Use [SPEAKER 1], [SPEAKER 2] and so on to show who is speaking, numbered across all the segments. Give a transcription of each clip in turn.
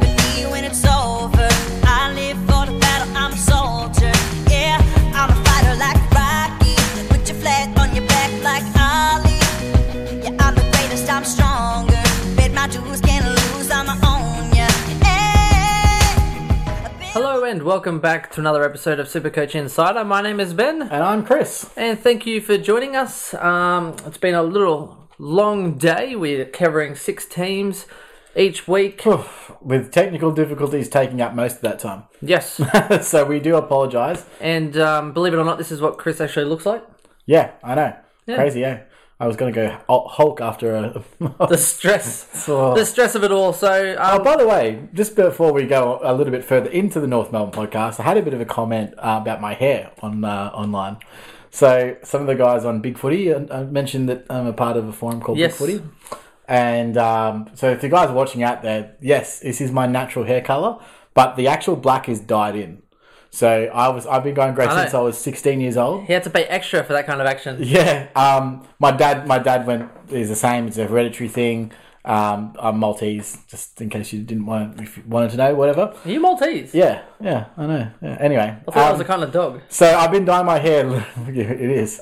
[SPEAKER 1] at me when it's over. I live for the battle, I'm a soldier. Yeah, I'm a fighter like Rocky. Put your flag on your back like Ali. Yeah, I'm the greatest, I'm stronger. Bet my dues, can't lose, I'm a own ya. Hey,
[SPEAKER 2] Hello and welcome back to another episode of Super Coach Insider. My name is Ben,
[SPEAKER 3] And I'm Chris.
[SPEAKER 2] and thank you for joining us. Um, it's been a little long day. We're covering six teams each week.
[SPEAKER 3] With technical difficulties taking up most of that time.
[SPEAKER 2] Yes,
[SPEAKER 3] so we do apologise.
[SPEAKER 2] and um, believe it or not, this is what Chris actually looks like.
[SPEAKER 3] Yeah, I know. Crazy, yeah. I was going to go Hul- Hulk after a.
[SPEAKER 2] The stress,
[SPEAKER 3] Oh.
[SPEAKER 2] the stress of it all. So,
[SPEAKER 3] Oh,
[SPEAKER 2] um,
[SPEAKER 3] by the way, just before we go a little bit further into the North Melbourne podcast, I had a bit of a comment uh, about my hair on uh, online. So some of the guys on Big Footy, I, I mentioned that I'm a part of a forum called
[SPEAKER 2] Yes.
[SPEAKER 3] Big Footy, and um, so if the guys are watching out there, yes, this is my natural hair color, but the actual black is dyed in. So I was I've been going grey
[SPEAKER 2] I know.
[SPEAKER 3] since I was 16 years old.
[SPEAKER 2] he had to pay extra for that kind of action.
[SPEAKER 3] Yeah, um, my dad, my dad went is the same. It's a hereditary thing. Um, I'm Maltese, just in case you didn't want, if you wanted to know, whatever.
[SPEAKER 2] Are you Maltese?
[SPEAKER 3] Yeah, yeah, I know. Yeah. Anyway,
[SPEAKER 2] I thought I was
[SPEAKER 3] um,
[SPEAKER 2] a kind of dog.
[SPEAKER 3] so I've been dyeing my hair. it is.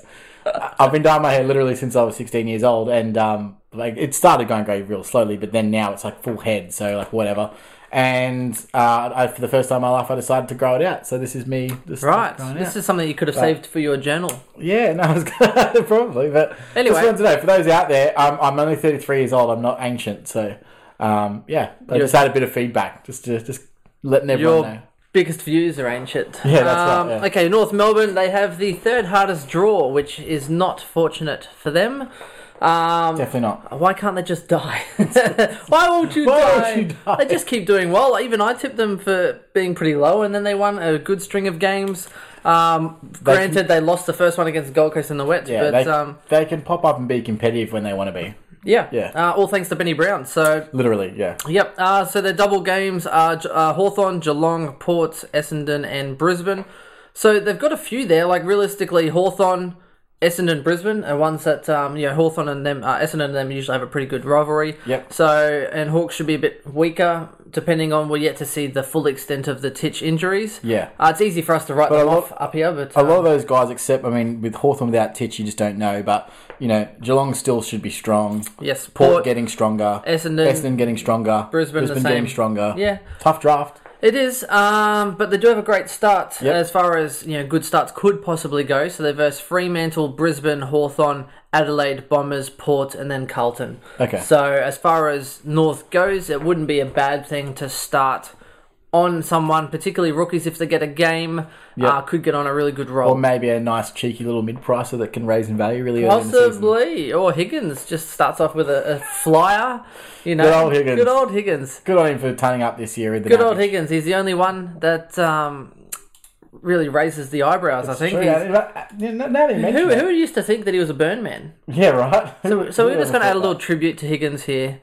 [SPEAKER 3] I've been dyeing my hair literally since I was 16 years old, and um, like it started going grey real slowly, but then now it's like full head, so like whatever. And uh, I, for the first time in my life, I decided to grow it out. So this is me. Just
[SPEAKER 2] Right.
[SPEAKER 3] growing out.
[SPEAKER 2] This is something you could have saved for your journal.
[SPEAKER 3] Yeah, no, I was gonna, probably, but
[SPEAKER 2] Anyway.
[SPEAKER 3] just wanted to know for those out there, I'm, I'm only 33 years old. I'm not ancient, so um, yeah, I
[SPEAKER 2] You're-
[SPEAKER 3] just had a bit of feedback, just to, just letting everyone
[SPEAKER 2] Your
[SPEAKER 3] know.
[SPEAKER 2] biggest views are ancient. Um,
[SPEAKER 3] Yeah, that's right, yeah.
[SPEAKER 2] Okay, North Melbourne, they have the third hardest draw, which is not fortunate for them. Um,
[SPEAKER 3] Definitely not.
[SPEAKER 2] why can't they just die? why won't you,
[SPEAKER 3] Why
[SPEAKER 2] die?
[SPEAKER 3] won't you die?
[SPEAKER 2] They just keep doing well. Even I tipped them for being pretty low, and then they won a good string of games. Um,
[SPEAKER 3] They-
[SPEAKER 2] granted, they lost the first one against Gold Coast in the wet,
[SPEAKER 3] Yeah,
[SPEAKER 2] but
[SPEAKER 3] they,
[SPEAKER 2] um,
[SPEAKER 3] they can pop up and be competitive when they want to be.
[SPEAKER 2] yeah,
[SPEAKER 3] Yeah.
[SPEAKER 2] Uh, all thanks to Benny Brown. So
[SPEAKER 3] Literally, yeah.
[SPEAKER 2] Yep. Uh, so their double games are Ge- uh, Hawthorn, Geelong, Port, Essendon, and Brisbane. So they've got a few there. Like realistically, Hawthorn, Essendon, Brisbane are ones that um, you know Hawthorn and them, uh, Essendon and them usually have a pretty good rivalry.
[SPEAKER 3] Yep.
[SPEAKER 2] So and Hawks should be a bit weaker, depending on we're yet to see the full extent of the Titch injuries.
[SPEAKER 3] Yeah.
[SPEAKER 2] Uh, it's easy for us to write
[SPEAKER 3] a
[SPEAKER 2] them
[SPEAKER 3] lot-
[SPEAKER 2] off up here, but
[SPEAKER 3] A
[SPEAKER 2] um,
[SPEAKER 3] lot of those guys, except I mean, with Hawthorn without Titch, you just don't know. But you know, Geelong still should be strong.
[SPEAKER 2] yes,
[SPEAKER 3] Port,
[SPEAKER 2] Port.
[SPEAKER 3] getting stronger.
[SPEAKER 2] Essendon-
[SPEAKER 3] Essendon getting stronger.
[SPEAKER 2] Brisbane the same.
[SPEAKER 3] getting stronger.
[SPEAKER 2] Yeah.
[SPEAKER 3] Tough draft.
[SPEAKER 2] It is, um, but they do have a great start
[SPEAKER 3] Yep.
[SPEAKER 2] as far as you know. Good starts could possibly go. So they verse Fremantle, Brisbane, Hawthorn, Adelaide, Bombers, Port, and then Carlton.
[SPEAKER 3] Okay.
[SPEAKER 2] So as far as North goes, it wouldn't be a bad thing to start on someone, particularly rookies, if they get a game. Uh, could get on a really good roll.
[SPEAKER 3] Or maybe a nice cheeky little mid pricer that can raise in value really early in the season.
[SPEAKER 2] Possibly, or Higgins just starts off with a, a flyer, you know.
[SPEAKER 3] Good old Higgins.
[SPEAKER 2] Good old Higgins.
[SPEAKER 3] Good on him for turning up this year. With the
[SPEAKER 2] Good old
[SPEAKER 3] Nugget.
[SPEAKER 2] Higgins. He's the only one that um, really raises the eyebrows. I think.
[SPEAKER 3] True,
[SPEAKER 2] He's-
[SPEAKER 3] that- yeah, uh, now that you mention
[SPEAKER 2] who,
[SPEAKER 3] it.
[SPEAKER 2] who used to think that he was a burn man?
[SPEAKER 3] Yeah, right. Who-
[SPEAKER 2] So
[SPEAKER 3] who
[SPEAKER 2] we're just
[SPEAKER 3] ever
[SPEAKER 2] going to add a
[SPEAKER 3] thought
[SPEAKER 2] little
[SPEAKER 3] that?
[SPEAKER 2] tribute to Higgins here.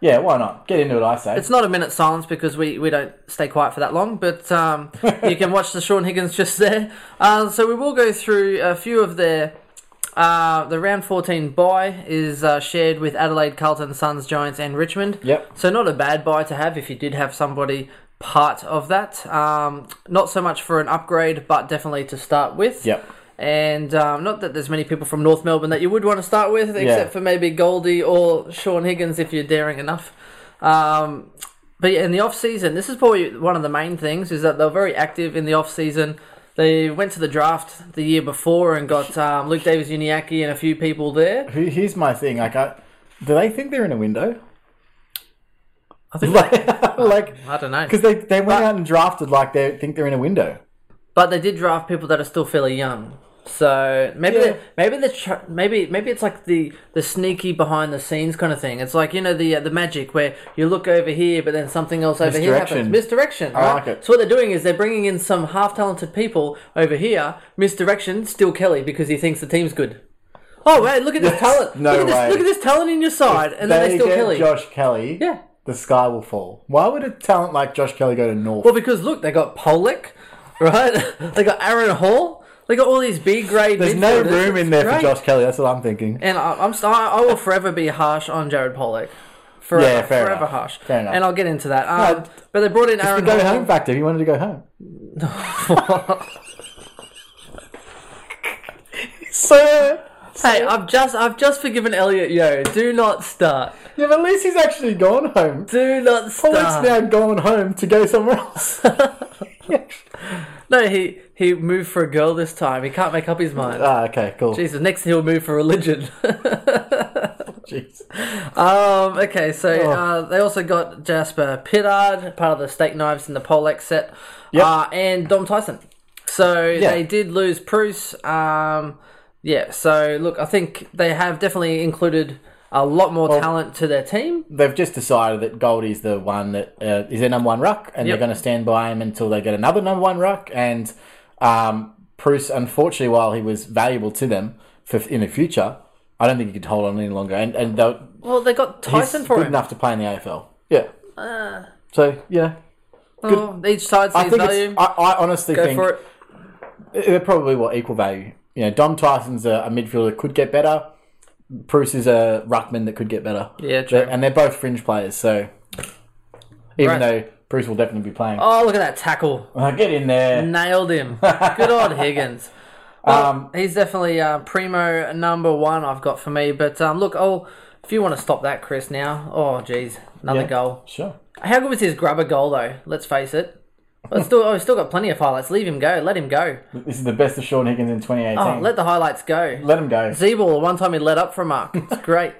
[SPEAKER 3] Yeah, why not? Get into it, I say.
[SPEAKER 2] It's not a minute silence because we, we don't stay quiet for that long, but um, you can watch the Sean Higgins just there. Uh, so we will go through a few of their. Uh, the round 14 buy is uh, shared with Adelaide, Carlton, Suns, Giants, and Richmond.
[SPEAKER 3] Yep.
[SPEAKER 2] So not a bad buy to have if you did have somebody part of that. Um, not so much for an upgrade, but definitely to start with.
[SPEAKER 3] Yep.
[SPEAKER 2] And um, not that there's many people from North Melbourne that you would want to start with, except for maybe Goldie or Sean Higgins if you're daring enough. Um, but yeah, in the off season, this is probably one of the main things is that they're very active in the off season. They went to the draft the year before and got um, Luke Davis Uniacke and a few people there.
[SPEAKER 3] Who- Here's my thing. Like, I, do they think they're in a window?
[SPEAKER 2] I think
[SPEAKER 3] Like, like,
[SPEAKER 2] I don't know.
[SPEAKER 3] because they they went out and drafted like they think they're in a window.
[SPEAKER 2] But they did draft people that are still fairly young. So maybe
[SPEAKER 3] Yeah.
[SPEAKER 2] they, maybe the tr- maybe maybe it's like the the sneaky behind the scenes kind of thing. It's like you know the uh, the magic where you look over here, but then something else over here happens.
[SPEAKER 3] Misdirection.
[SPEAKER 2] Misdirection.
[SPEAKER 3] I like it.
[SPEAKER 2] So what they're doing is they're bringing in some half talented people over here. Misdirection. Still Kelly because he thinks the team's good. Oh wait, look at this talent!
[SPEAKER 3] No
[SPEAKER 2] look at
[SPEAKER 3] way.
[SPEAKER 2] this, look at this talent in your side, and then they still
[SPEAKER 3] get
[SPEAKER 2] Kelly.
[SPEAKER 3] Josh Kelly.
[SPEAKER 2] Yeah.
[SPEAKER 3] The sky will fall. Why would a talent like Josh Kelly go to North?
[SPEAKER 2] Well, because look, they got Pollock, right? they got Aaron Hall. They got all these B grade.
[SPEAKER 3] There's no
[SPEAKER 2] midfielders.
[SPEAKER 3] room in there for
[SPEAKER 2] Great.
[SPEAKER 3] Josh Kelly. That's what I'm thinking.
[SPEAKER 2] And I, I'm st- I I will forever be harsh on Jared Pollock. Forever,
[SPEAKER 3] Yeah, fair
[SPEAKER 2] forever
[SPEAKER 3] enough.
[SPEAKER 2] harsh.
[SPEAKER 3] Fair enough.
[SPEAKER 2] And I'll get into that. Um, but they brought in
[SPEAKER 3] The
[SPEAKER 2] Aaron.
[SPEAKER 3] go
[SPEAKER 2] Hall.
[SPEAKER 3] home factor. He wanted to go home. Sir,
[SPEAKER 2] Hey, I've just I've just forgiven Elliot Yo. Do not start.
[SPEAKER 3] yeah, but at least he's actually gone home.
[SPEAKER 2] Do not
[SPEAKER 3] Pollock's
[SPEAKER 2] start.
[SPEAKER 3] now gone home to go somewhere else.
[SPEAKER 2] No, he he moved for a girl this time. He can't make up his mind.
[SPEAKER 3] ah, okay, cool.
[SPEAKER 2] Jesus, next he'll move for religion.
[SPEAKER 3] Jeez.
[SPEAKER 2] um, okay, so
[SPEAKER 3] Oh.
[SPEAKER 2] uh, they also got Jasper Pittard, part of the steak knives in the Pollock set, uh, and Dom Tyson. So they did lose Bruce. Um, yeah, so look, I think they have definitely included a lot more talent to their team.
[SPEAKER 3] They've just decided that Goldie's the one that uh, is their number one ruck, and
[SPEAKER 2] Yep.
[SPEAKER 3] they're going to stand by him until they get another number one ruck. And um, Bruce, unfortunately, while he was valuable to them for in the future, I don't think he could hold on any longer. And and they'll-
[SPEAKER 2] Well, they got
[SPEAKER 3] he's
[SPEAKER 2] Tyson for
[SPEAKER 3] good
[SPEAKER 2] him. Uh.
[SPEAKER 3] enough to play in the AFL. Yeah. so yeah,
[SPEAKER 2] Well, Oh, each side
[SPEAKER 3] I
[SPEAKER 2] sees
[SPEAKER 3] think
[SPEAKER 2] value.
[SPEAKER 3] it's, I, I honestly
[SPEAKER 2] Go
[SPEAKER 3] think
[SPEAKER 2] for it.
[SPEAKER 3] they're probably what equal value. You know, Dom Tyson's a, a midfielder that could get better. Bruce is a ruckman that could get better.
[SPEAKER 2] Yeah, true.
[SPEAKER 3] They're- and they're both fringe players, so even
[SPEAKER 2] Right.
[SPEAKER 3] though Bruce will definitely be playing,
[SPEAKER 2] Oh, look at that tackle.
[SPEAKER 3] Uh, get in there.
[SPEAKER 2] Nailed him. Good old Higgins. Well, he's definitely uh, primo number one I've got for me. But um, look, oh, if you want to stop that, Chris, now. Oh, jeez, another
[SPEAKER 3] Yeah.
[SPEAKER 2] goal.
[SPEAKER 3] Sure.
[SPEAKER 2] How good was his grubber goal though? Let's face it. But still, oh, we've still got plenty of highlights. Leave him go. Let him go.
[SPEAKER 3] This is the best of Sean Higgins in 2018.
[SPEAKER 2] Oh, let
[SPEAKER 3] let,
[SPEAKER 2] the highlights go.
[SPEAKER 3] him go.
[SPEAKER 2] Z-ball, one time he let up for a mark. It's great.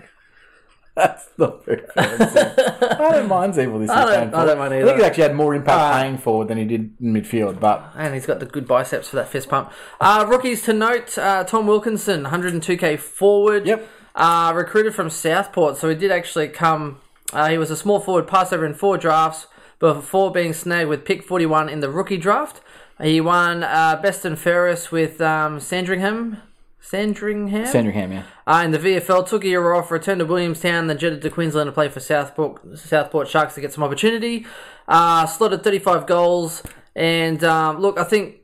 [SPEAKER 3] That's not very fair. is it? I don't mind Zebul this
[SPEAKER 2] I don't-
[SPEAKER 3] playing
[SPEAKER 2] I
[SPEAKER 3] forward.
[SPEAKER 2] don't mind
[SPEAKER 3] I think
[SPEAKER 2] either.
[SPEAKER 3] he actually had more impact playing forward than he did in midfield, but
[SPEAKER 2] And he's got the good biceps for that fist pump. Uh, rookies to note: uh, Tom Wilkinson, 102k forward.
[SPEAKER 3] Yep.
[SPEAKER 2] Uh, recruited from Southport, so he did actually come. Uh, he was a small forward, passed over in four drafts before being snagged with pick 41 in the rookie draft. He won uh, best and fairest with um, Sandringham. Sandringham.
[SPEAKER 3] Sandringham, yeah.
[SPEAKER 2] Uh, in the VFL, took a year off, returned to Williamstown, then jetted to Queensland to play for Southport, Southport Sharks to get some opportunity. Uh, slotted 35 goals. And um, look, I think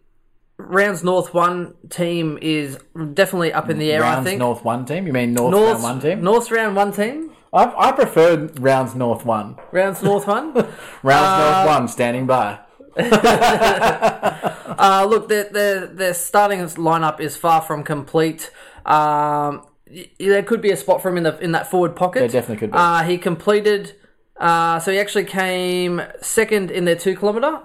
[SPEAKER 2] Rounds North 1 team is definitely up in the air, I
[SPEAKER 3] Rounds
[SPEAKER 2] think.
[SPEAKER 3] North one team. You mean North,
[SPEAKER 2] North's-
[SPEAKER 3] round one team?
[SPEAKER 2] North's round 1 team.
[SPEAKER 3] I, I prefer rounds North one.
[SPEAKER 2] Rounds North 1.
[SPEAKER 3] Rounds North one standing by.
[SPEAKER 2] Uh, look, their, their their starting lineup is far from complete. Um, y- there could be a spot for him in the in that forward pocket.
[SPEAKER 3] There definitely could be.
[SPEAKER 2] Uh, he completed. Uh, so he actually came second in their two kilometer,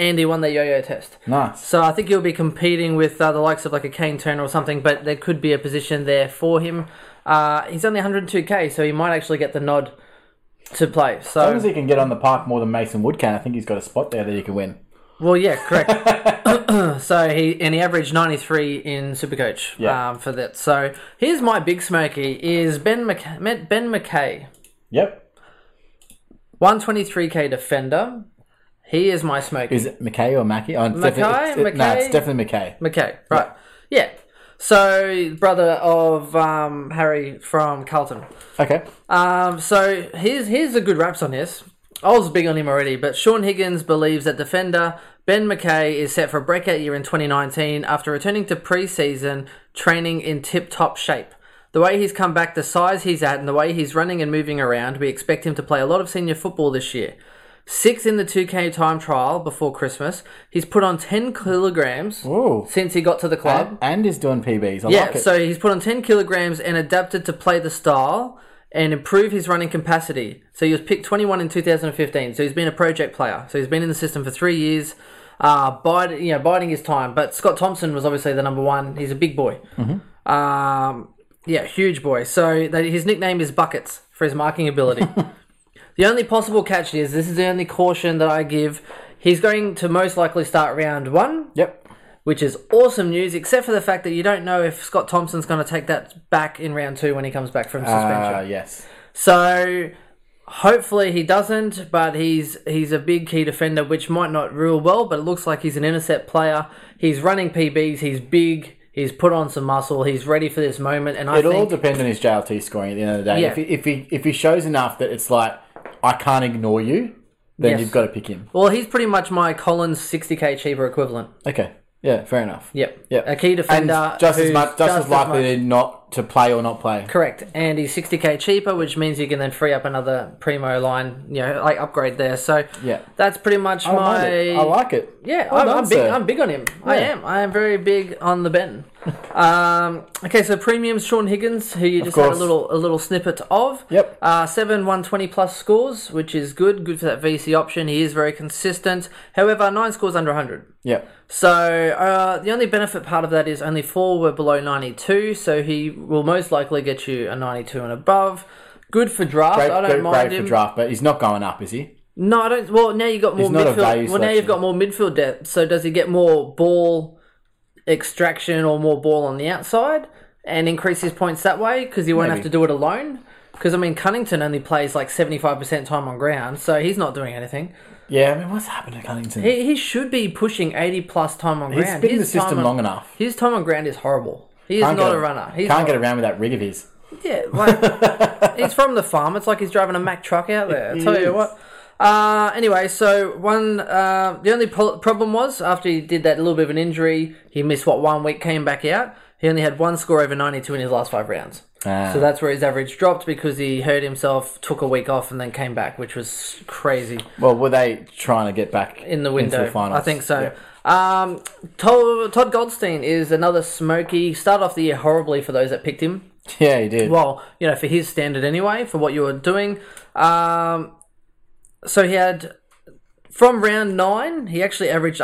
[SPEAKER 2] and he won their yo-yo test.
[SPEAKER 3] Nice.
[SPEAKER 2] So I think he'll be competing with uh, the likes of like a Kane Turner or something, but there could be a position there for him. Uh, he's only 102k, so he might actually get the nod to play. So
[SPEAKER 3] As long as he can get on the park more than Mason Wood can, I think he's got a spot there that he can win.
[SPEAKER 2] Well, yeah, correct. so he and he averaged ninety three in Supercoach
[SPEAKER 3] Yeah.
[SPEAKER 2] um, for that. So here's my big smoky is Ben McK- Met- Ben McKay,
[SPEAKER 3] Yep.
[SPEAKER 2] one twenty three k defender. He is my smoky.
[SPEAKER 3] Is it McKay or Mackey? Oh, it's definitely-
[SPEAKER 2] McKay,
[SPEAKER 3] it's- it- No,
[SPEAKER 2] McKay.
[SPEAKER 3] it's definitely McKay.
[SPEAKER 2] McKay, right? Yeah. So brother of um, Harry from Carlton.
[SPEAKER 3] Okay.
[SPEAKER 2] Um, so here's here's a good raps on this. I was big on him already, but Sean Higgins believes that defender Ben McKay is set for a breakout year in 2019 after returning to preseason training in tip-top shape. The way he's come back, the size he's at, and the way he's running and moving around, we expect him to play a lot of senior football this year. Sixth in the 2K time trial before Christmas, he's put on 10 kilograms
[SPEAKER 3] Ooh.
[SPEAKER 2] since he got to the club.
[SPEAKER 3] And, and is doing PBs. I
[SPEAKER 2] Yeah,
[SPEAKER 3] like it.
[SPEAKER 2] so he's put on 10 kilograms and adapted to play the style and improve his running capacity. So he was picked 21 in 2015. So he's been a project player. So he's been in the system for three years, uh, bide, you know, biding his time. But Scott Thompson was obviously the number one. He's a big boy.
[SPEAKER 3] Mm-hmm.
[SPEAKER 2] Um, yeah, huge boy. So they, his nickname is Buckets for his marking ability. the only possible catch is this is the only caution that I give. He's going to most likely start round one
[SPEAKER 3] yep.
[SPEAKER 2] which is awesome news, except for the fact that you don't know if Scott Thompson's going to take that back in round two when he comes back from suspension.
[SPEAKER 3] Uh, yes.
[SPEAKER 2] So hopefully he doesn't, but he's he's a big key defender, which might not rule well, but it looks like he's an intercept player. He's running PBs. He's big. He's put on some muscle. He's ready for this moment, and I
[SPEAKER 3] It all
[SPEAKER 2] think
[SPEAKER 3] depends on his JLT scoring at the end of the day.
[SPEAKER 2] Yeah.
[SPEAKER 3] If, he, if he if he shows enough that it's like I can't ignore you, then
[SPEAKER 2] Yes.
[SPEAKER 3] you've got to pick him.
[SPEAKER 2] well, he's pretty much my Collins 60k cheaper equivalent.
[SPEAKER 3] Okay. Yeah, fair enough.
[SPEAKER 2] Yep.
[SPEAKER 3] Yep.
[SPEAKER 2] A key defender.
[SPEAKER 3] and just as
[SPEAKER 2] who's
[SPEAKER 3] much, just, as likely
[SPEAKER 2] much-
[SPEAKER 3] to not to play or not play.
[SPEAKER 2] Correct. And he's 60k cheaper, which means you can then free up another primo line, you know, like upgrade there. So
[SPEAKER 3] Yeah.
[SPEAKER 2] that's pretty much
[SPEAKER 3] I don't
[SPEAKER 2] my.
[SPEAKER 3] mind it. I like it.
[SPEAKER 2] Yeah,
[SPEAKER 3] Well
[SPEAKER 2] I'm,
[SPEAKER 3] done,
[SPEAKER 2] I'm big.
[SPEAKER 3] sir.
[SPEAKER 2] I'm big on him. I
[SPEAKER 3] Yeah.
[SPEAKER 2] am. I am very big on the Ben. um, okay, so premiums Sean Higgins, who you just had a
[SPEAKER 3] course.
[SPEAKER 2] little a little snippet of.
[SPEAKER 3] Yep.
[SPEAKER 2] Uh, seven one twenty plus scores, which is good. Good for that VC option. He is very consistent. However, nine scores under 100.
[SPEAKER 3] Yeah.
[SPEAKER 2] So uh, the only benefit part of that is only four were below 92, so he will most likely get you a 92 and above. Good for draft.
[SPEAKER 3] Great,
[SPEAKER 2] I don't
[SPEAKER 3] great,
[SPEAKER 2] mind
[SPEAKER 3] great for
[SPEAKER 2] him.
[SPEAKER 3] draft, but he's not going up, is he?
[SPEAKER 2] No, I don't. Well, now you got more
[SPEAKER 3] He's not a
[SPEAKER 2] midfield. Well,
[SPEAKER 3] value
[SPEAKER 2] now you've
[SPEAKER 3] selection.
[SPEAKER 2] got more midfield depth. So does he get more ball extraction or more ball on the outside and increase his points that way because he won't have
[SPEAKER 3] Maybe.
[SPEAKER 2] to do it alone? Because I mean, Cunnington only plays like seventy five percent time on ground, so he's not doing anything.
[SPEAKER 3] Yeah. I mean, what's happened to Cunnington?
[SPEAKER 2] He, he should be pushing eighty plus time on
[SPEAKER 3] He's
[SPEAKER 2] ground.
[SPEAKER 3] been in the
[SPEAKER 2] His time
[SPEAKER 3] system
[SPEAKER 2] on-
[SPEAKER 3] long enough.
[SPEAKER 2] His time on ground is horrible. He is
[SPEAKER 3] Can't
[SPEAKER 2] not
[SPEAKER 3] get
[SPEAKER 2] a runner. He's
[SPEAKER 3] can't
[SPEAKER 2] not-
[SPEAKER 3] get around with that rig of his.
[SPEAKER 2] Yeah, like he's from the farm. It's like he's driving a Mack truck out there. I
[SPEAKER 3] He
[SPEAKER 2] tell
[SPEAKER 3] is.
[SPEAKER 2] you what. Uh, anyway, so one uh, the only pro- problem was after he did that little bit of an injury, he missed what one week, came back out. He only had one score over ninety two in his last five rounds.
[SPEAKER 3] Ah.
[SPEAKER 2] So that's where his average dropped because he hurt himself, took a week off, and then came back, which was crazy
[SPEAKER 3] Well, were they trying to get back
[SPEAKER 2] in the
[SPEAKER 3] into
[SPEAKER 2] window.
[SPEAKER 3] finals?
[SPEAKER 2] I think so.
[SPEAKER 3] Yeah.
[SPEAKER 2] Um, Todd, Todd Goldstein is another smoky. Started off the year horribly for those that picked him.
[SPEAKER 3] Yeah, he did.
[SPEAKER 2] well, you know, for his standard anyway, for what you were doing. Um, so he had from round nine, he actually averaged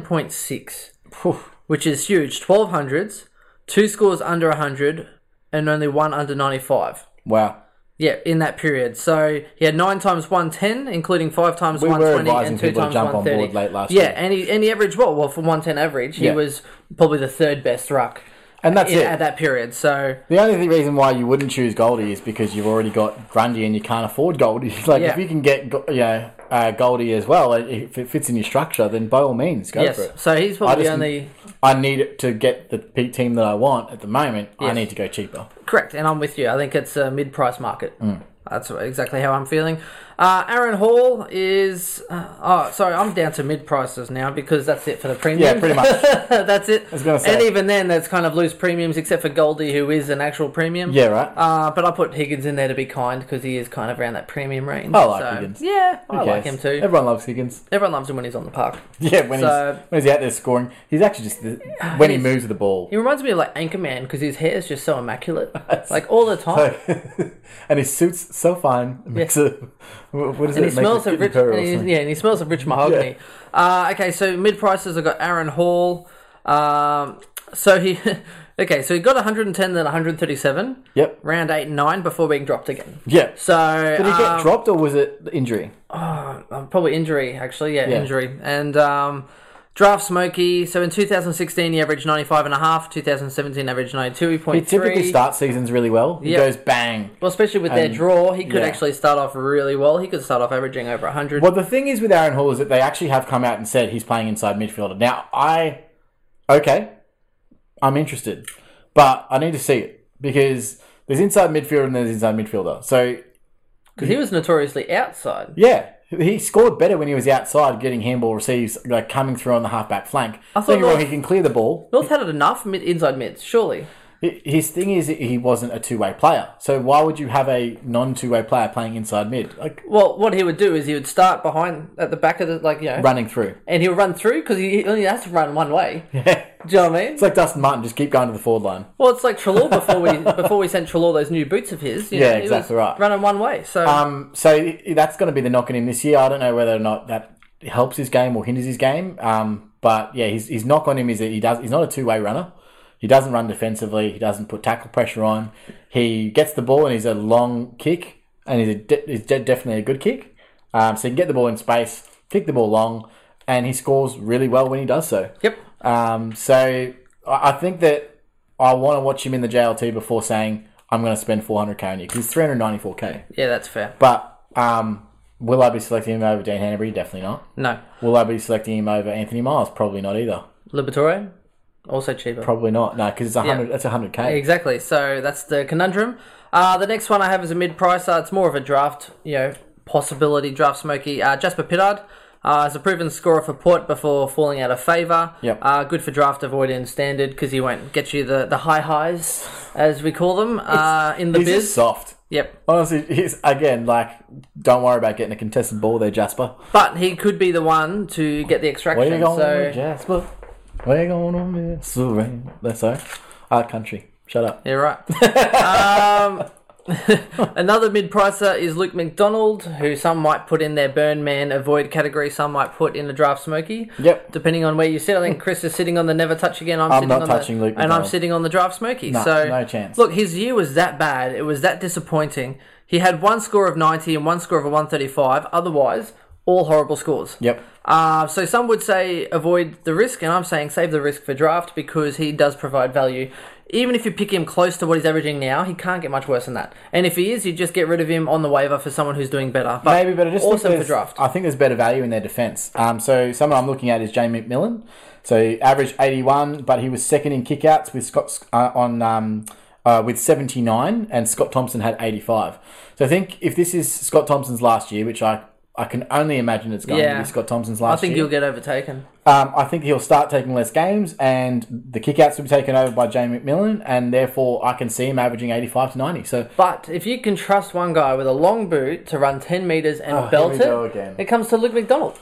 [SPEAKER 2] 110.6,
[SPEAKER 3] Phew.
[SPEAKER 2] which is huge. 12 hundreds, two scores under 100, and only one under 95.
[SPEAKER 3] Wow.
[SPEAKER 2] Yeah, in that period. So he had nine times 110, including five times
[SPEAKER 3] We were
[SPEAKER 2] 120
[SPEAKER 3] advising
[SPEAKER 2] and two
[SPEAKER 3] people to
[SPEAKER 2] times
[SPEAKER 3] jump on
[SPEAKER 2] 130.
[SPEAKER 3] board late last
[SPEAKER 2] yeah,
[SPEAKER 3] year.
[SPEAKER 2] and he, and he averaged well. Well, for 110 average,
[SPEAKER 3] Yeah.
[SPEAKER 2] he was probably the third best ruck
[SPEAKER 3] And that's
[SPEAKER 2] in,
[SPEAKER 3] it.
[SPEAKER 2] at that period. So
[SPEAKER 3] The only th- reason why you wouldn't choose Goldie is because you've already got Grundy and you can't afford Goldie. like
[SPEAKER 2] Yeah.
[SPEAKER 3] if you can get Go- you know uh, Goldie as well, like, if it fits in your structure, then by all means go
[SPEAKER 2] yes,
[SPEAKER 3] for it.
[SPEAKER 2] so he's
[SPEAKER 3] I
[SPEAKER 2] probably
[SPEAKER 3] just
[SPEAKER 2] the only.
[SPEAKER 3] I need it to get the peak team that I want at the moment. I
[SPEAKER 2] Yes.
[SPEAKER 3] need to go cheaper.
[SPEAKER 2] Correct, and I'm with you. I think it's a mid-price market.
[SPEAKER 3] Mm.
[SPEAKER 2] That's exactly how I'm feeling. Uh, Aaron Hall is. Uh, oh, sorry, I'm down to mid-prices now because that's it for the premium.
[SPEAKER 3] Yeah, pretty much.
[SPEAKER 2] that's it.
[SPEAKER 3] was gonna say.
[SPEAKER 2] And even then, that's kind of loose premiums, except for Goldie, who is an actual premium.
[SPEAKER 3] yeah, right.
[SPEAKER 2] Uh, but I put Higgins in there to be kind because he is kind of around that premium range.
[SPEAKER 3] I like
[SPEAKER 2] so,
[SPEAKER 3] Higgins.
[SPEAKER 2] Yeah,
[SPEAKER 3] Who
[SPEAKER 2] I like
[SPEAKER 3] cares?
[SPEAKER 2] him too. Everyone,
[SPEAKER 3] Everyone loves Higgins.
[SPEAKER 2] loves him when he's on the park.
[SPEAKER 3] Yeah, when
[SPEAKER 2] So-
[SPEAKER 3] he's when he's out there scoring, he's actually just the, when he
[SPEAKER 2] He's-
[SPEAKER 3] moves the ball.
[SPEAKER 2] He reminds me of like Anchorman because his hair is just so immaculate, like all the time.
[SPEAKER 3] and his suits so fine. Makes it, what
[SPEAKER 2] and
[SPEAKER 3] is it?
[SPEAKER 2] he
[SPEAKER 3] Makes
[SPEAKER 2] smells
[SPEAKER 3] it
[SPEAKER 2] of
[SPEAKER 3] kitten
[SPEAKER 2] rich.
[SPEAKER 3] purr or
[SPEAKER 2] And he,
[SPEAKER 3] something.
[SPEAKER 2] yeah, and he smells of rich mahogany. Uh, okay, so mid prices I've got Aaron Hall. Um, so he, okay, so he got 110 then 137.
[SPEAKER 3] Yep.
[SPEAKER 2] Round eight and nine before being dropped again.
[SPEAKER 3] Yeah.
[SPEAKER 2] So
[SPEAKER 3] Did he
[SPEAKER 2] um,
[SPEAKER 3] get dropped or was it injury?
[SPEAKER 2] uh, probably injury actually, yeah,
[SPEAKER 3] Yeah.
[SPEAKER 2] injury and. Um, Draft Smoky. So in 2016, he averaged 95 and a half. 2017, averaged 92.3.
[SPEAKER 3] He typically starts seasons really well. He
[SPEAKER 2] Yep.
[SPEAKER 3] goes bang.
[SPEAKER 2] Well, especially with their
[SPEAKER 3] and-
[SPEAKER 2] draw, he could
[SPEAKER 3] yeah.
[SPEAKER 2] actually start off really well. He could start off averaging over 100.
[SPEAKER 3] Well, the thing is with Aaron Hall is that they actually have come out and said he's playing inside midfielder. Now, I okay, I'm interested, but I need to see it because there's inside midfielder and there's inside midfielder. So
[SPEAKER 2] Because he was notoriously outside.
[SPEAKER 3] yeah, he scored better when he was outside getting handball receives, like coming through on the halfback flank. I
[SPEAKER 2] thought
[SPEAKER 3] thought wrong,
[SPEAKER 2] North-
[SPEAKER 3] he can clear the ball.
[SPEAKER 2] North had it enough mid, inside mids, surely.
[SPEAKER 3] Hi- His thing is that he wasn't a two way player. So why would you have a non two way player playing inside mid, like
[SPEAKER 2] Well, what he would do is he would start behind at the back of the like you know,
[SPEAKER 3] running through?
[SPEAKER 2] and he'll run through because he only has to run one way. Do you know what I mean?
[SPEAKER 3] It's like Dustin Martin, just keep going to the forward line.
[SPEAKER 2] well, it's like Trelaw before we before we sent Trelaw those new boots of his. You know,
[SPEAKER 3] Yeah,
[SPEAKER 2] he was
[SPEAKER 3] exactly right.
[SPEAKER 2] Running one way, so
[SPEAKER 3] Um, so that's going to be the knock on him this year. I don't know whether or not that helps his game or hinders his game. Um, but yeah, his, his knock on him is that he does. He's not a two way runner. He doesn't run defensively. He doesn't put tackle pressure on. He gets the ball and he's a long kick, and he's, a de- he's de- definitely a good kick. Um, so he can get the ball in space, kick the ball long, and he scores really well when he does so.
[SPEAKER 2] yep.
[SPEAKER 3] Um, so I I think that I want to watch him in the JLT before saying I'm going to spend 400k on you because he's 394k.
[SPEAKER 2] Yeah, that's fair.
[SPEAKER 3] But um, will I be selecting him over Dan Hanbury? Definitely not.
[SPEAKER 2] No,
[SPEAKER 3] Will I be selecting him over Anthony Miles? Probably not either.
[SPEAKER 2] Liberatore, also cheaper.
[SPEAKER 3] Probably not. No, because it's a hundred.
[SPEAKER 2] Yeah.
[SPEAKER 3] That's a hundred k.
[SPEAKER 2] Exactly. So that's the conundrum. Uh, the next one I have is a mid pricer. It's more of a draft, you know, possibility draft smoky. Uh, Jasper Pittard. Uh, as a proven scorer for Port before falling out of favour.
[SPEAKER 3] Yep.
[SPEAKER 2] Uh, good for draft avoid and standard because he won't get you the, the high highs, as we call them, uh, in the
[SPEAKER 3] He's
[SPEAKER 2] biz.
[SPEAKER 3] just soft.
[SPEAKER 2] Yep.
[SPEAKER 3] Honestly, he's again like, don't worry about getting a contested ball there, Jasper.
[SPEAKER 2] But he could be the one to get the
[SPEAKER 3] Where you
[SPEAKER 2] extraction.
[SPEAKER 3] going,
[SPEAKER 2] So,
[SPEAKER 3] Jasper? Where you going on this rain? That's so. Our country. Shut up.
[SPEAKER 2] yeah, right. um, another mid pricer is Luke McDonald, who some might put in their burn man avoid category, some might put in a draft smoky.
[SPEAKER 3] Yep.
[SPEAKER 2] Depending on where you sit, I think Chris is sitting on the never touch again. I'm,
[SPEAKER 3] I'm
[SPEAKER 2] sitting
[SPEAKER 3] not
[SPEAKER 2] on
[SPEAKER 3] touching
[SPEAKER 2] the,
[SPEAKER 3] Luke
[SPEAKER 2] and I'm
[SPEAKER 3] McDonald.
[SPEAKER 2] sitting on the draft smoky.
[SPEAKER 3] No,
[SPEAKER 2] so
[SPEAKER 3] no chance.
[SPEAKER 2] Look, his year was that bad. It was that disappointing. He had one score of 90 and one score of 135. Otherwise, all horrible scores.
[SPEAKER 3] Yep.
[SPEAKER 2] Uh, so some would say avoid the risk, and I'm saying save the risk for draft because he does provide value. Even if you pick him close to what he's averaging now, he can't get much worse than that. And if he is, you just get rid of him on the waiver for someone who's doing better. But
[SPEAKER 3] Maybe, but I just think
[SPEAKER 2] Uh, awesome for
[SPEAKER 3] there's-
[SPEAKER 2] draft.
[SPEAKER 3] I think there's better value in their defense. Um, so someone I'm looking at is Jay McMillan. So average 81, but he was second in kickouts with Scott uh, on um, uh, with 79, and Scott Thompson had 85. So I think if this is Scott Thompson's last year, which I I can only imagine it's going
[SPEAKER 2] Yeah.
[SPEAKER 3] to be Scott Thompson's
[SPEAKER 2] I
[SPEAKER 3] last
[SPEAKER 2] think
[SPEAKER 3] year.
[SPEAKER 2] you'll get overtaken.
[SPEAKER 3] Um, I think he'll start taking less games, and the kickouts will be taken over by Jay McMillan, and therefore I can see him averaging 85 to 90. So
[SPEAKER 2] But if you can trust one guy with a long boot to run 10 metres and
[SPEAKER 3] Oh,
[SPEAKER 2] belt
[SPEAKER 3] here we
[SPEAKER 2] it,
[SPEAKER 3] go again.
[SPEAKER 2] it comes to Luke McDonald.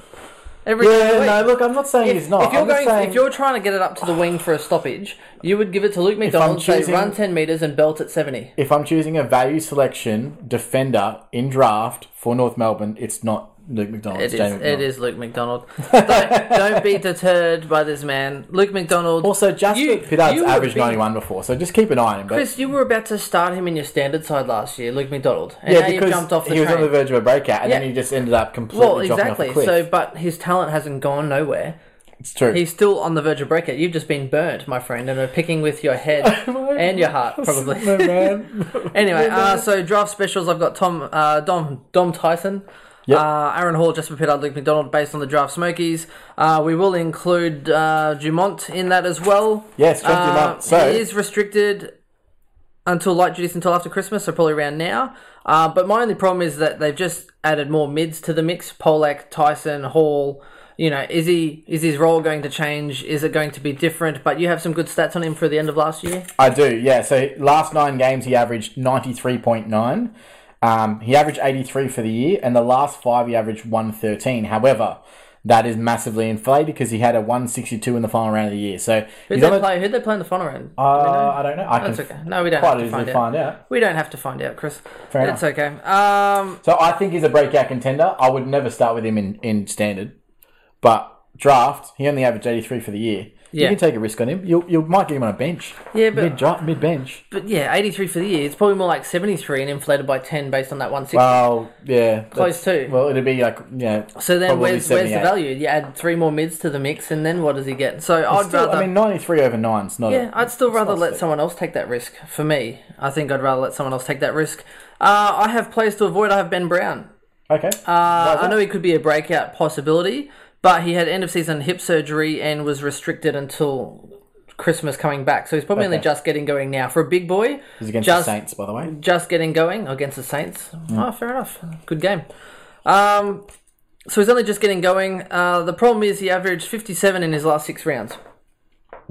[SPEAKER 2] Every single
[SPEAKER 3] yeah,
[SPEAKER 2] week.
[SPEAKER 3] no, look, I'm not saying he's not.
[SPEAKER 2] If you're
[SPEAKER 3] I'm just
[SPEAKER 2] going,
[SPEAKER 3] saying,
[SPEAKER 2] if you're trying to get it up to the wing for a stoppage, you would give it to Luke McDonald. say
[SPEAKER 3] choosing-
[SPEAKER 2] run ten meters and belt at seventy.
[SPEAKER 3] if I'm choosing a value selection defender in draft for North Melbourne, it's not Luke McDonald.
[SPEAKER 2] It
[SPEAKER 3] it's
[SPEAKER 2] is,
[SPEAKER 3] Jay McMillan.
[SPEAKER 2] it is Luke McDonald. don't, don't be deterred by this man, Luke McDonald.
[SPEAKER 3] Also, Jasper
[SPEAKER 2] You-
[SPEAKER 3] Pittard's
[SPEAKER 2] you would
[SPEAKER 3] averaged
[SPEAKER 2] be-
[SPEAKER 3] 91 before, so just keep an eye on him. But
[SPEAKER 2] Chris, you were about to start him in your standard side last year, Luke McDonald, and now
[SPEAKER 3] yeah,
[SPEAKER 2] you've
[SPEAKER 3] because
[SPEAKER 2] jumped off the
[SPEAKER 3] he was
[SPEAKER 2] train.
[SPEAKER 3] on the verge of a breakout, and
[SPEAKER 2] Yeah.
[SPEAKER 3] then he just ended up completely
[SPEAKER 2] well,
[SPEAKER 3] dropping
[SPEAKER 2] exactly.
[SPEAKER 3] off the cliff.
[SPEAKER 2] So, but his talent hasn't gone nowhere.
[SPEAKER 3] it's true.
[SPEAKER 2] He's still on the verge of breakout. You've just been burnt, my friend, and are picking with your head and your heart, probably.
[SPEAKER 3] No, man.
[SPEAKER 2] Anyway, uh, so draft specials. I've got Tom uh, Dom Dom Tyson.
[SPEAKER 3] Yep.
[SPEAKER 2] Uh, Aaron Hall, Jasper Pittard, Luke McDonald, based on the draft Smokies. Uh, we will include uh, Dumont in that as well.
[SPEAKER 3] Yes, Trent
[SPEAKER 2] Uh,
[SPEAKER 3] Dumont. So-
[SPEAKER 2] he is restricted until light duties until after Christmas, so probably around now. Uh, but my only problem is that they've just added more mids to the mix: Polak, Tyson, Hall. You know, is he is his role going to change? Is it going to be different? But you have some good stats on him for the end of last year.
[SPEAKER 3] I do, yeah. So last nine games, he averaged 93.9. Um, he averaged 83 for the year, and the last five, he averaged 113. However, that is massively inflated because he had a 162 in the final round of the year. So
[SPEAKER 2] Who'd
[SPEAKER 3] he's
[SPEAKER 2] they
[SPEAKER 3] on the,
[SPEAKER 2] play? Who'd they play in the final round?
[SPEAKER 3] uh, I don't know. I
[SPEAKER 2] That's
[SPEAKER 3] can
[SPEAKER 2] okay. No, we don't have
[SPEAKER 3] quite
[SPEAKER 2] to
[SPEAKER 3] easily
[SPEAKER 2] find out.
[SPEAKER 3] find out.
[SPEAKER 2] We don't have to find out, Chris.
[SPEAKER 3] Fair
[SPEAKER 2] That's okay. Um,
[SPEAKER 3] So I think he's a breakout contender. I would never start with him in, in standard, but draft he only averaged 83 for the year.
[SPEAKER 2] Yeah.
[SPEAKER 3] You can take a risk on him. You you might get him on a bench.
[SPEAKER 2] Yeah, but-
[SPEAKER 3] mid mid bench.
[SPEAKER 2] but yeah, 83 for the year. It's probably more like 73 and inflated by 10 based on that 160.
[SPEAKER 3] Well, yeah,
[SPEAKER 2] Close
[SPEAKER 3] that's-
[SPEAKER 2] to.
[SPEAKER 3] Well, it'd be like yeah.
[SPEAKER 2] so then
[SPEAKER 3] probably
[SPEAKER 2] where's, where's the
[SPEAKER 3] 78.
[SPEAKER 2] value? You add three more mids to the mix, and then what does he get? So I'd
[SPEAKER 3] Still,
[SPEAKER 2] rather.
[SPEAKER 3] I mean, 93 over 9's not.
[SPEAKER 2] yeah, I'd still rather let
[SPEAKER 3] some.
[SPEAKER 2] someone else take that risk. For me, I think I'd rather let someone else take that risk. Uh, I have plays to avoid. I have Ben Brown.
[SPEAKER 3] Okay.
[SPEAKER 2] Uh, I know he could be a breakout possibility, but he had end of season hip surgery and was restricted until Christmas coming back. So he's probably only
[SPEAKER 3] Okay.
[SPEAKER 2] just getting going now. For a big boy,
[SPEAKER 3] He's against
[SPEAKER 2] just,
[SPEAKER 3] the Saints, by the way.
[SPEAKER 2] just getting going against the Saints.
[SPEAKER 3] Hmm.
[SPEAKER 2] Oh, fair enough. Good game. Um, so he's only just getting going. Uh, the problem is he averaged 57 in his last six rounds,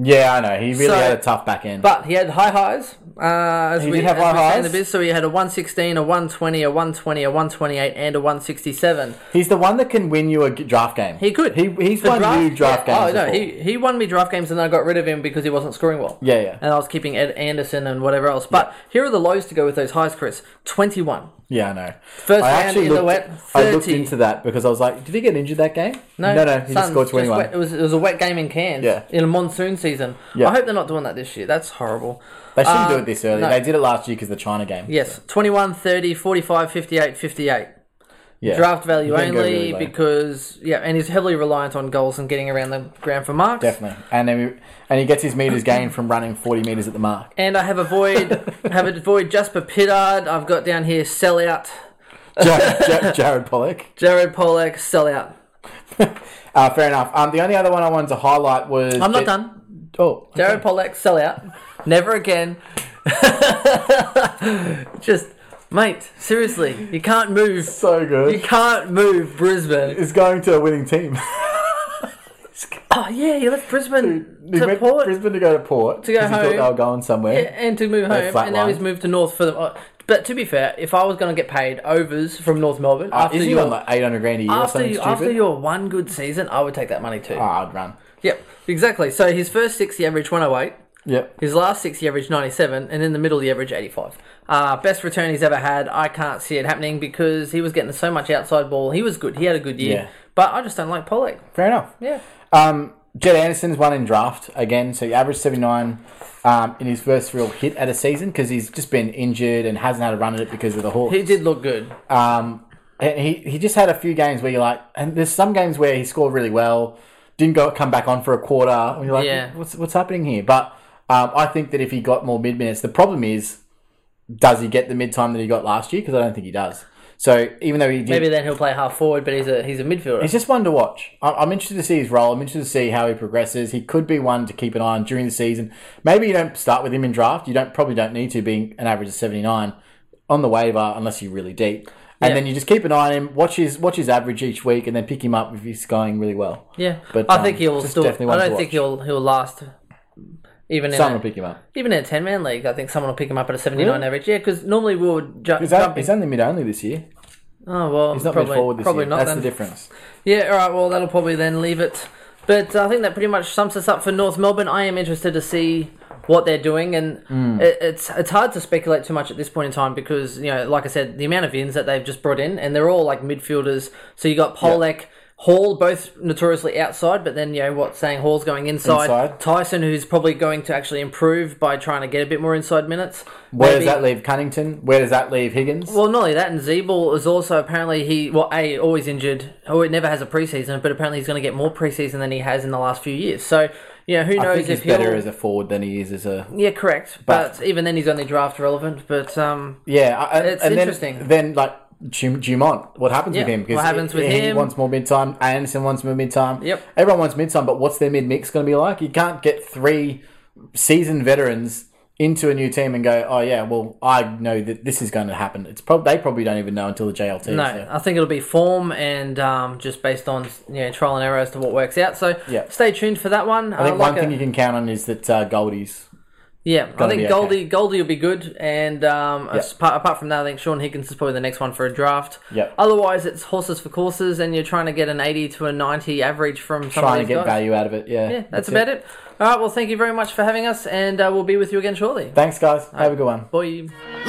[SPEAKER 3] Yeah, I know. He really
[SPEAKER 2] So-
[SPEAKER 3] had a tough back end.
[SPEAKER 2] but he had high highs. Uh, as
[SPEAKER 3] He
[SPEAKER 2] we,
[SPEAKER 3] did have
[SPEAKER 2] as
[SPEAKER 3] high
[SPEAKER 2] we say in
[SPEAKER 3] highs.
[SPEAKER 2] the biz, so he had a 116, a 120, a 120, a 128, and a 167.
[SPEAKER 3] he's the one that can win you a g- draft game.
[SPEAKER 2] He could.
[SPEAKER 3] He, he's
[SPEAKER 2] The
[SPEAKER 3] won you draft
[SPEAKER 2] yeah,
[SPEAKER 3] games.
[SPEAKER 2] Oh no,
[SPEAKER 3] before.
[SPEAKER 2] he he won me draft games, and then I got rid of him because he wasn't scoring well.
[SPEAKER 3] Yeah, yeah.
[SPEAKER 2] And I was keeping Ed Anderson and whatever else. But here are the lows to go with those highs, Chris. Twenty-one.
[SPEAKER 3] Yeah, I know.
[SPEAKER 2] First
[SPEAKER 3] I
[SPEAKER 2] round
[SPEAKER 3] actually
[SPEAKER 2] in the
[SPEAKER 3] looked,
[SPEAKER 2] wet,
[SPEAKER 3] I looked
[SPEAKER 2] 30.
[SPEAKER 3] into that because I was like, did he get injured that game?
[SPEAKER 2] No,
[SPEAKER 3] no, no he
[SPEAKER 2] Suns,
[SPEAKER 3] just scored 21.
[SPEAKER 2] wet. It was it was a wet game in Cairns.
[SPEAKER 3] Yeah.
[SPEAKER 2] In a monsoon season.
[SPEAKER 3] Yeah.
[SPEAKER 2] I hope they're not doing that this year. That's horrible.
[SPEAKER 3] they shouldn't
[SPEAKER 2] Um,
[SPEAKER 3] do it this early.
[SPEAKER 2] no.
[SPEAKER 3] They did it last year because the China game.
[SPEAKER 2] Yes, 21, 30, 45, 58, 58.
[SPEAKER 3] Yeah.
[SPEAKER 2] Draft value
[SPEAKER 3] You can go
[SPEAKER 2] only
[SPEAKER 3] really low.
[SPEAKER 2] because yeah, and he's heavily reliant on goals and getting around the ground for marks.
[SPEAKER 3] Definitely. And then we, and he gets his meters gained from running 40 meters at the mark.
[SPEAKER 2] And I have a void, have a void Jasper Pittard. I've got down here sell out.
[SPEAKER 3] Jared, Jared, Jared Pollock.
[SPEAKER 2] Jared Polak sell out.
[SPEAKER 3] Uh, fair enough. Um, the only other one I wanted to highlight was.
[SPEAKER 2] I'm not done.
[SPEAKER 3] Oh,
[SPEAKER 2] Jared Polak sell out. Never again. Just Mate, seriously, you can't move.
[SPEAKER 3] So
[SPEAKER 2] You
[SPEAKER 3] good.
[SPEAKER 2] can't move Brisbane.
[SPEAKER 3] It's going to a winning team.
[SPEAKER 2] Oh, yeah, you left Brisbane
[SPEAKER 3] He
[SPEAKER 2] to
[SPEAKER 3] went
[SPEAKER 2] Port
[SPEAKER 3] Brisbane to go to Port
[SPEAKER 2] go
[SPEAKER 3] 'cause he thought
[SPEAKER 2] home.
[SPEAKER 3] they were going somewhere.
[SPEAKER 2] and to move
[SPEAKER 3] They're
[SPEAKER 2] home, and now
[SPEAKER 3] flatlined.
[SPEAKER 2] he's moved to North for the. uh, But to be fair, if I was going to get paid overs from North Melbourne
[SPEAKER 3] Uh,
[SPEAKER 2] after
[SPEAKER 3] is he
[SPEAKER 2] your
[SPEAKER 3] on like eight hundred grand a year or
[SPEAKER 2] after
[SPEAKER 3] something
[SPEAKER 2] you,
[SPEAKER 3] stupid?
[SPEAKER 2] after your one good season, I would take that money too.
[SPEAKER 3] Oh, I'd run.
[SPEAKER 2] Yep, exactly. So his first six, he averaged 108.
[SPEAKER 3] Yep.
[SPEAKER 2] His last six, he averaged 97, and in the middle, he averaged 85. Uh, best return he's ever had. I can't see it happening because he was getting so much outside ball. He was good. He had a good year.
[SPEAKER 3] Yeah.
[SPEAKER 2] But I just don't like Pollock.
[SPEAKER 3] Fair enough.
[SPEAKER 2] Yeah.
[SPEAKER 3] Um, Jed Anderson's won in draft again, so he averaged 79 um, in his first real hit at a season because he's just been injured and hasn't had a run at it because of the Hawks.
[SPEAKER 2] He did look good.
[SPEAKER 3] Um, and he, he just had a few games where you're like, and there's some games where he scored really well, didn't go come back on for a quarter, and you're like,
[SPEAKER 2] Yeah.
[SPEAKER 3] what's what's happening here? But um, I think that if he got more mid minutes, the problem is, does he get the mid time that he got last year? Because I don't think he does. So even though he did,
[SPEAKER 2] Maybe then he'll play half forward, but he's a he's a midfielder.
[SPEAKER 3] He's just one to watch. I- I'm interested to see his role. I'm interested to see how he progresses. He could be one to keep an eye on during the season. Maybe you don't start with him in draft. You don't probably don't need to being an average of 79 on the waiver unless you're really deep. And
[SPEAKER 2] Yeah.
[SPEAKER 3] then you just keep an eye on him, watch his watch his average each week, and then pick him up if he's going really well.
[SPEAKER 2] yeah,
[SPEAKER 3] but,
[SPEAKER 2] I
[SPEAKER 3] um,
[SPEAKER 2] think he'll
[SPEAKER 3] just
[SPEAKER 2] still. I
[SPEAKER 3] definitely one to
[SPEAKER 2] don't think
[SPEAKER 3] watch.
[SPEAKER 2] he'll he'll last. Even in
[SPEAKER 3] Someone
[SPEAKER 2] a,
[SPEAKER 3] will pick him up.
[SPEAKER 2] even in a ten man league, I think someone will pick him up at a seventy nine
[SPEAKER 3] Really?
[SPEAKER 2] average. Yeah, because normally we would ju-
[SPEAKER 3] He's, o-
[SPEAKER 2] jump.
[SPEAKER 3] he's only mid only this year.
[SPEAKER 2] oh well,
[SPEAKER 3] He's not
[SPEAKER 2] probably,
[SPEAKER 3] mid forward this
[SPEAKER 2] probably
[SPEAKER 3] year.
[SPEAKER 2] not.
[SPEAKER 3] That's
[SPEAKER 2] then.
[SPEAKER 3] the difference.
[SPEAKER 2] Yeah, all right. Well, that'll probably then leave it. But I think that pretty much sums us up for North Melbourne. I am interested to see what they're doing, and
[SPEAKER 3] Hmm.
[SPEAKER 2] it, it's it's hard to speculate too much at this point in time because you know, like I said, the amount of ins that they've just brought in, and they're all like midfielders. So you got Polek. Hall, both notoriously outside, but then you know what? Saying Hall's going inside.
[SPEAKER 3] Inside.
[SPEAKER 2] Tyson, who's probably going to actually improve by trying to get a bit more inside minutes.
[SPEAKER 3] Where
[SPEAKER 2] Maybe-
[SPEAKER 3] does that leave Cunnington? Where does that leave Higgins?
[SPEAKER 2] well, not only that, and Zeeble is also apparently he well a always injured. Oh, it never has a preseason, but apparently he's going to get more preseason than he has in the last few years. So you know who knows
[SPEAKER 3] I think he's
[SPEAKER 2] if he'll
[SPEAKER 3] better as a forward than he is as a
[SPEAKER 2] yeah correct. But, even then, he's only draft relevant. But um
[SPEAKER 3] Yeah, I- I-
[SPEAKER 2] It's
[SPEAKER 3] and then-
[SPEAKER 2] interesting.
[SPEAKER 3] Then, like Jum- Dumont, what happens with
[SPEAKER 2] Yeah,
[SPEAKER 3] him?
[SPEAKER 2] what happens with
[SPEAKER 3] he, he
[SPEAKER 2] him?
[SPEAKER 3] wants more mid time. Anderson wants more mid time.
[SPEAKER 2] Yep.
[SPEAKER 3] everyone wants mid time, but what's their mid mix going to be like? You can't get three seasoned veterans into a new team and go, oh yeah, well I know that this is going to happen. It's probably they probably don't even know until the JLT.
[SPEAKER 2] no,
[SPEAKER 3] so.
[SPEAKER 2] I think it'll be form and um, just based on you know trial and error as to what works out. So
[SPEAKER 3] Yeah.
[SPEAKER 2] stay tuned for that one. Uh,
[SPEAKER 3] I think one thing you can count on is that uh, Goldie's.
[SPEAKER 2] Yeah, I
[SPEAKER 3] be
[SPEAKER 2] think
[SPEAKER 3] okay.
[SPEAKER 2] Goldie Goldie will be good, and um, as- apart, apart from that, I think Sean Higgins is probably the next one for a draft.
[SPEAKER 3] Yep.
[SPEAKER 2] Otherwise, it's horses for courses, and you're trying to get an 80 to a 90 average from some
[SPEAKER 3] Trying
[SPEAKER 2] of
[SPEAKER 3] to
[SPEAKER 2] these
[SPEAKER 3] get
[SPEAKER 2] guys.
[SPEAKER 3] value out of it, yeah.
[SPEAKER 2] Yeah, that's, about it. All right, well, thank you very much for having us, and uh, we'll be with you again shortly.
[SPEAKER 3] Thanks, guys. Have a good one.
[SPEAKER 2] Bye.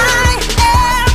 [SPEAKER 1] I am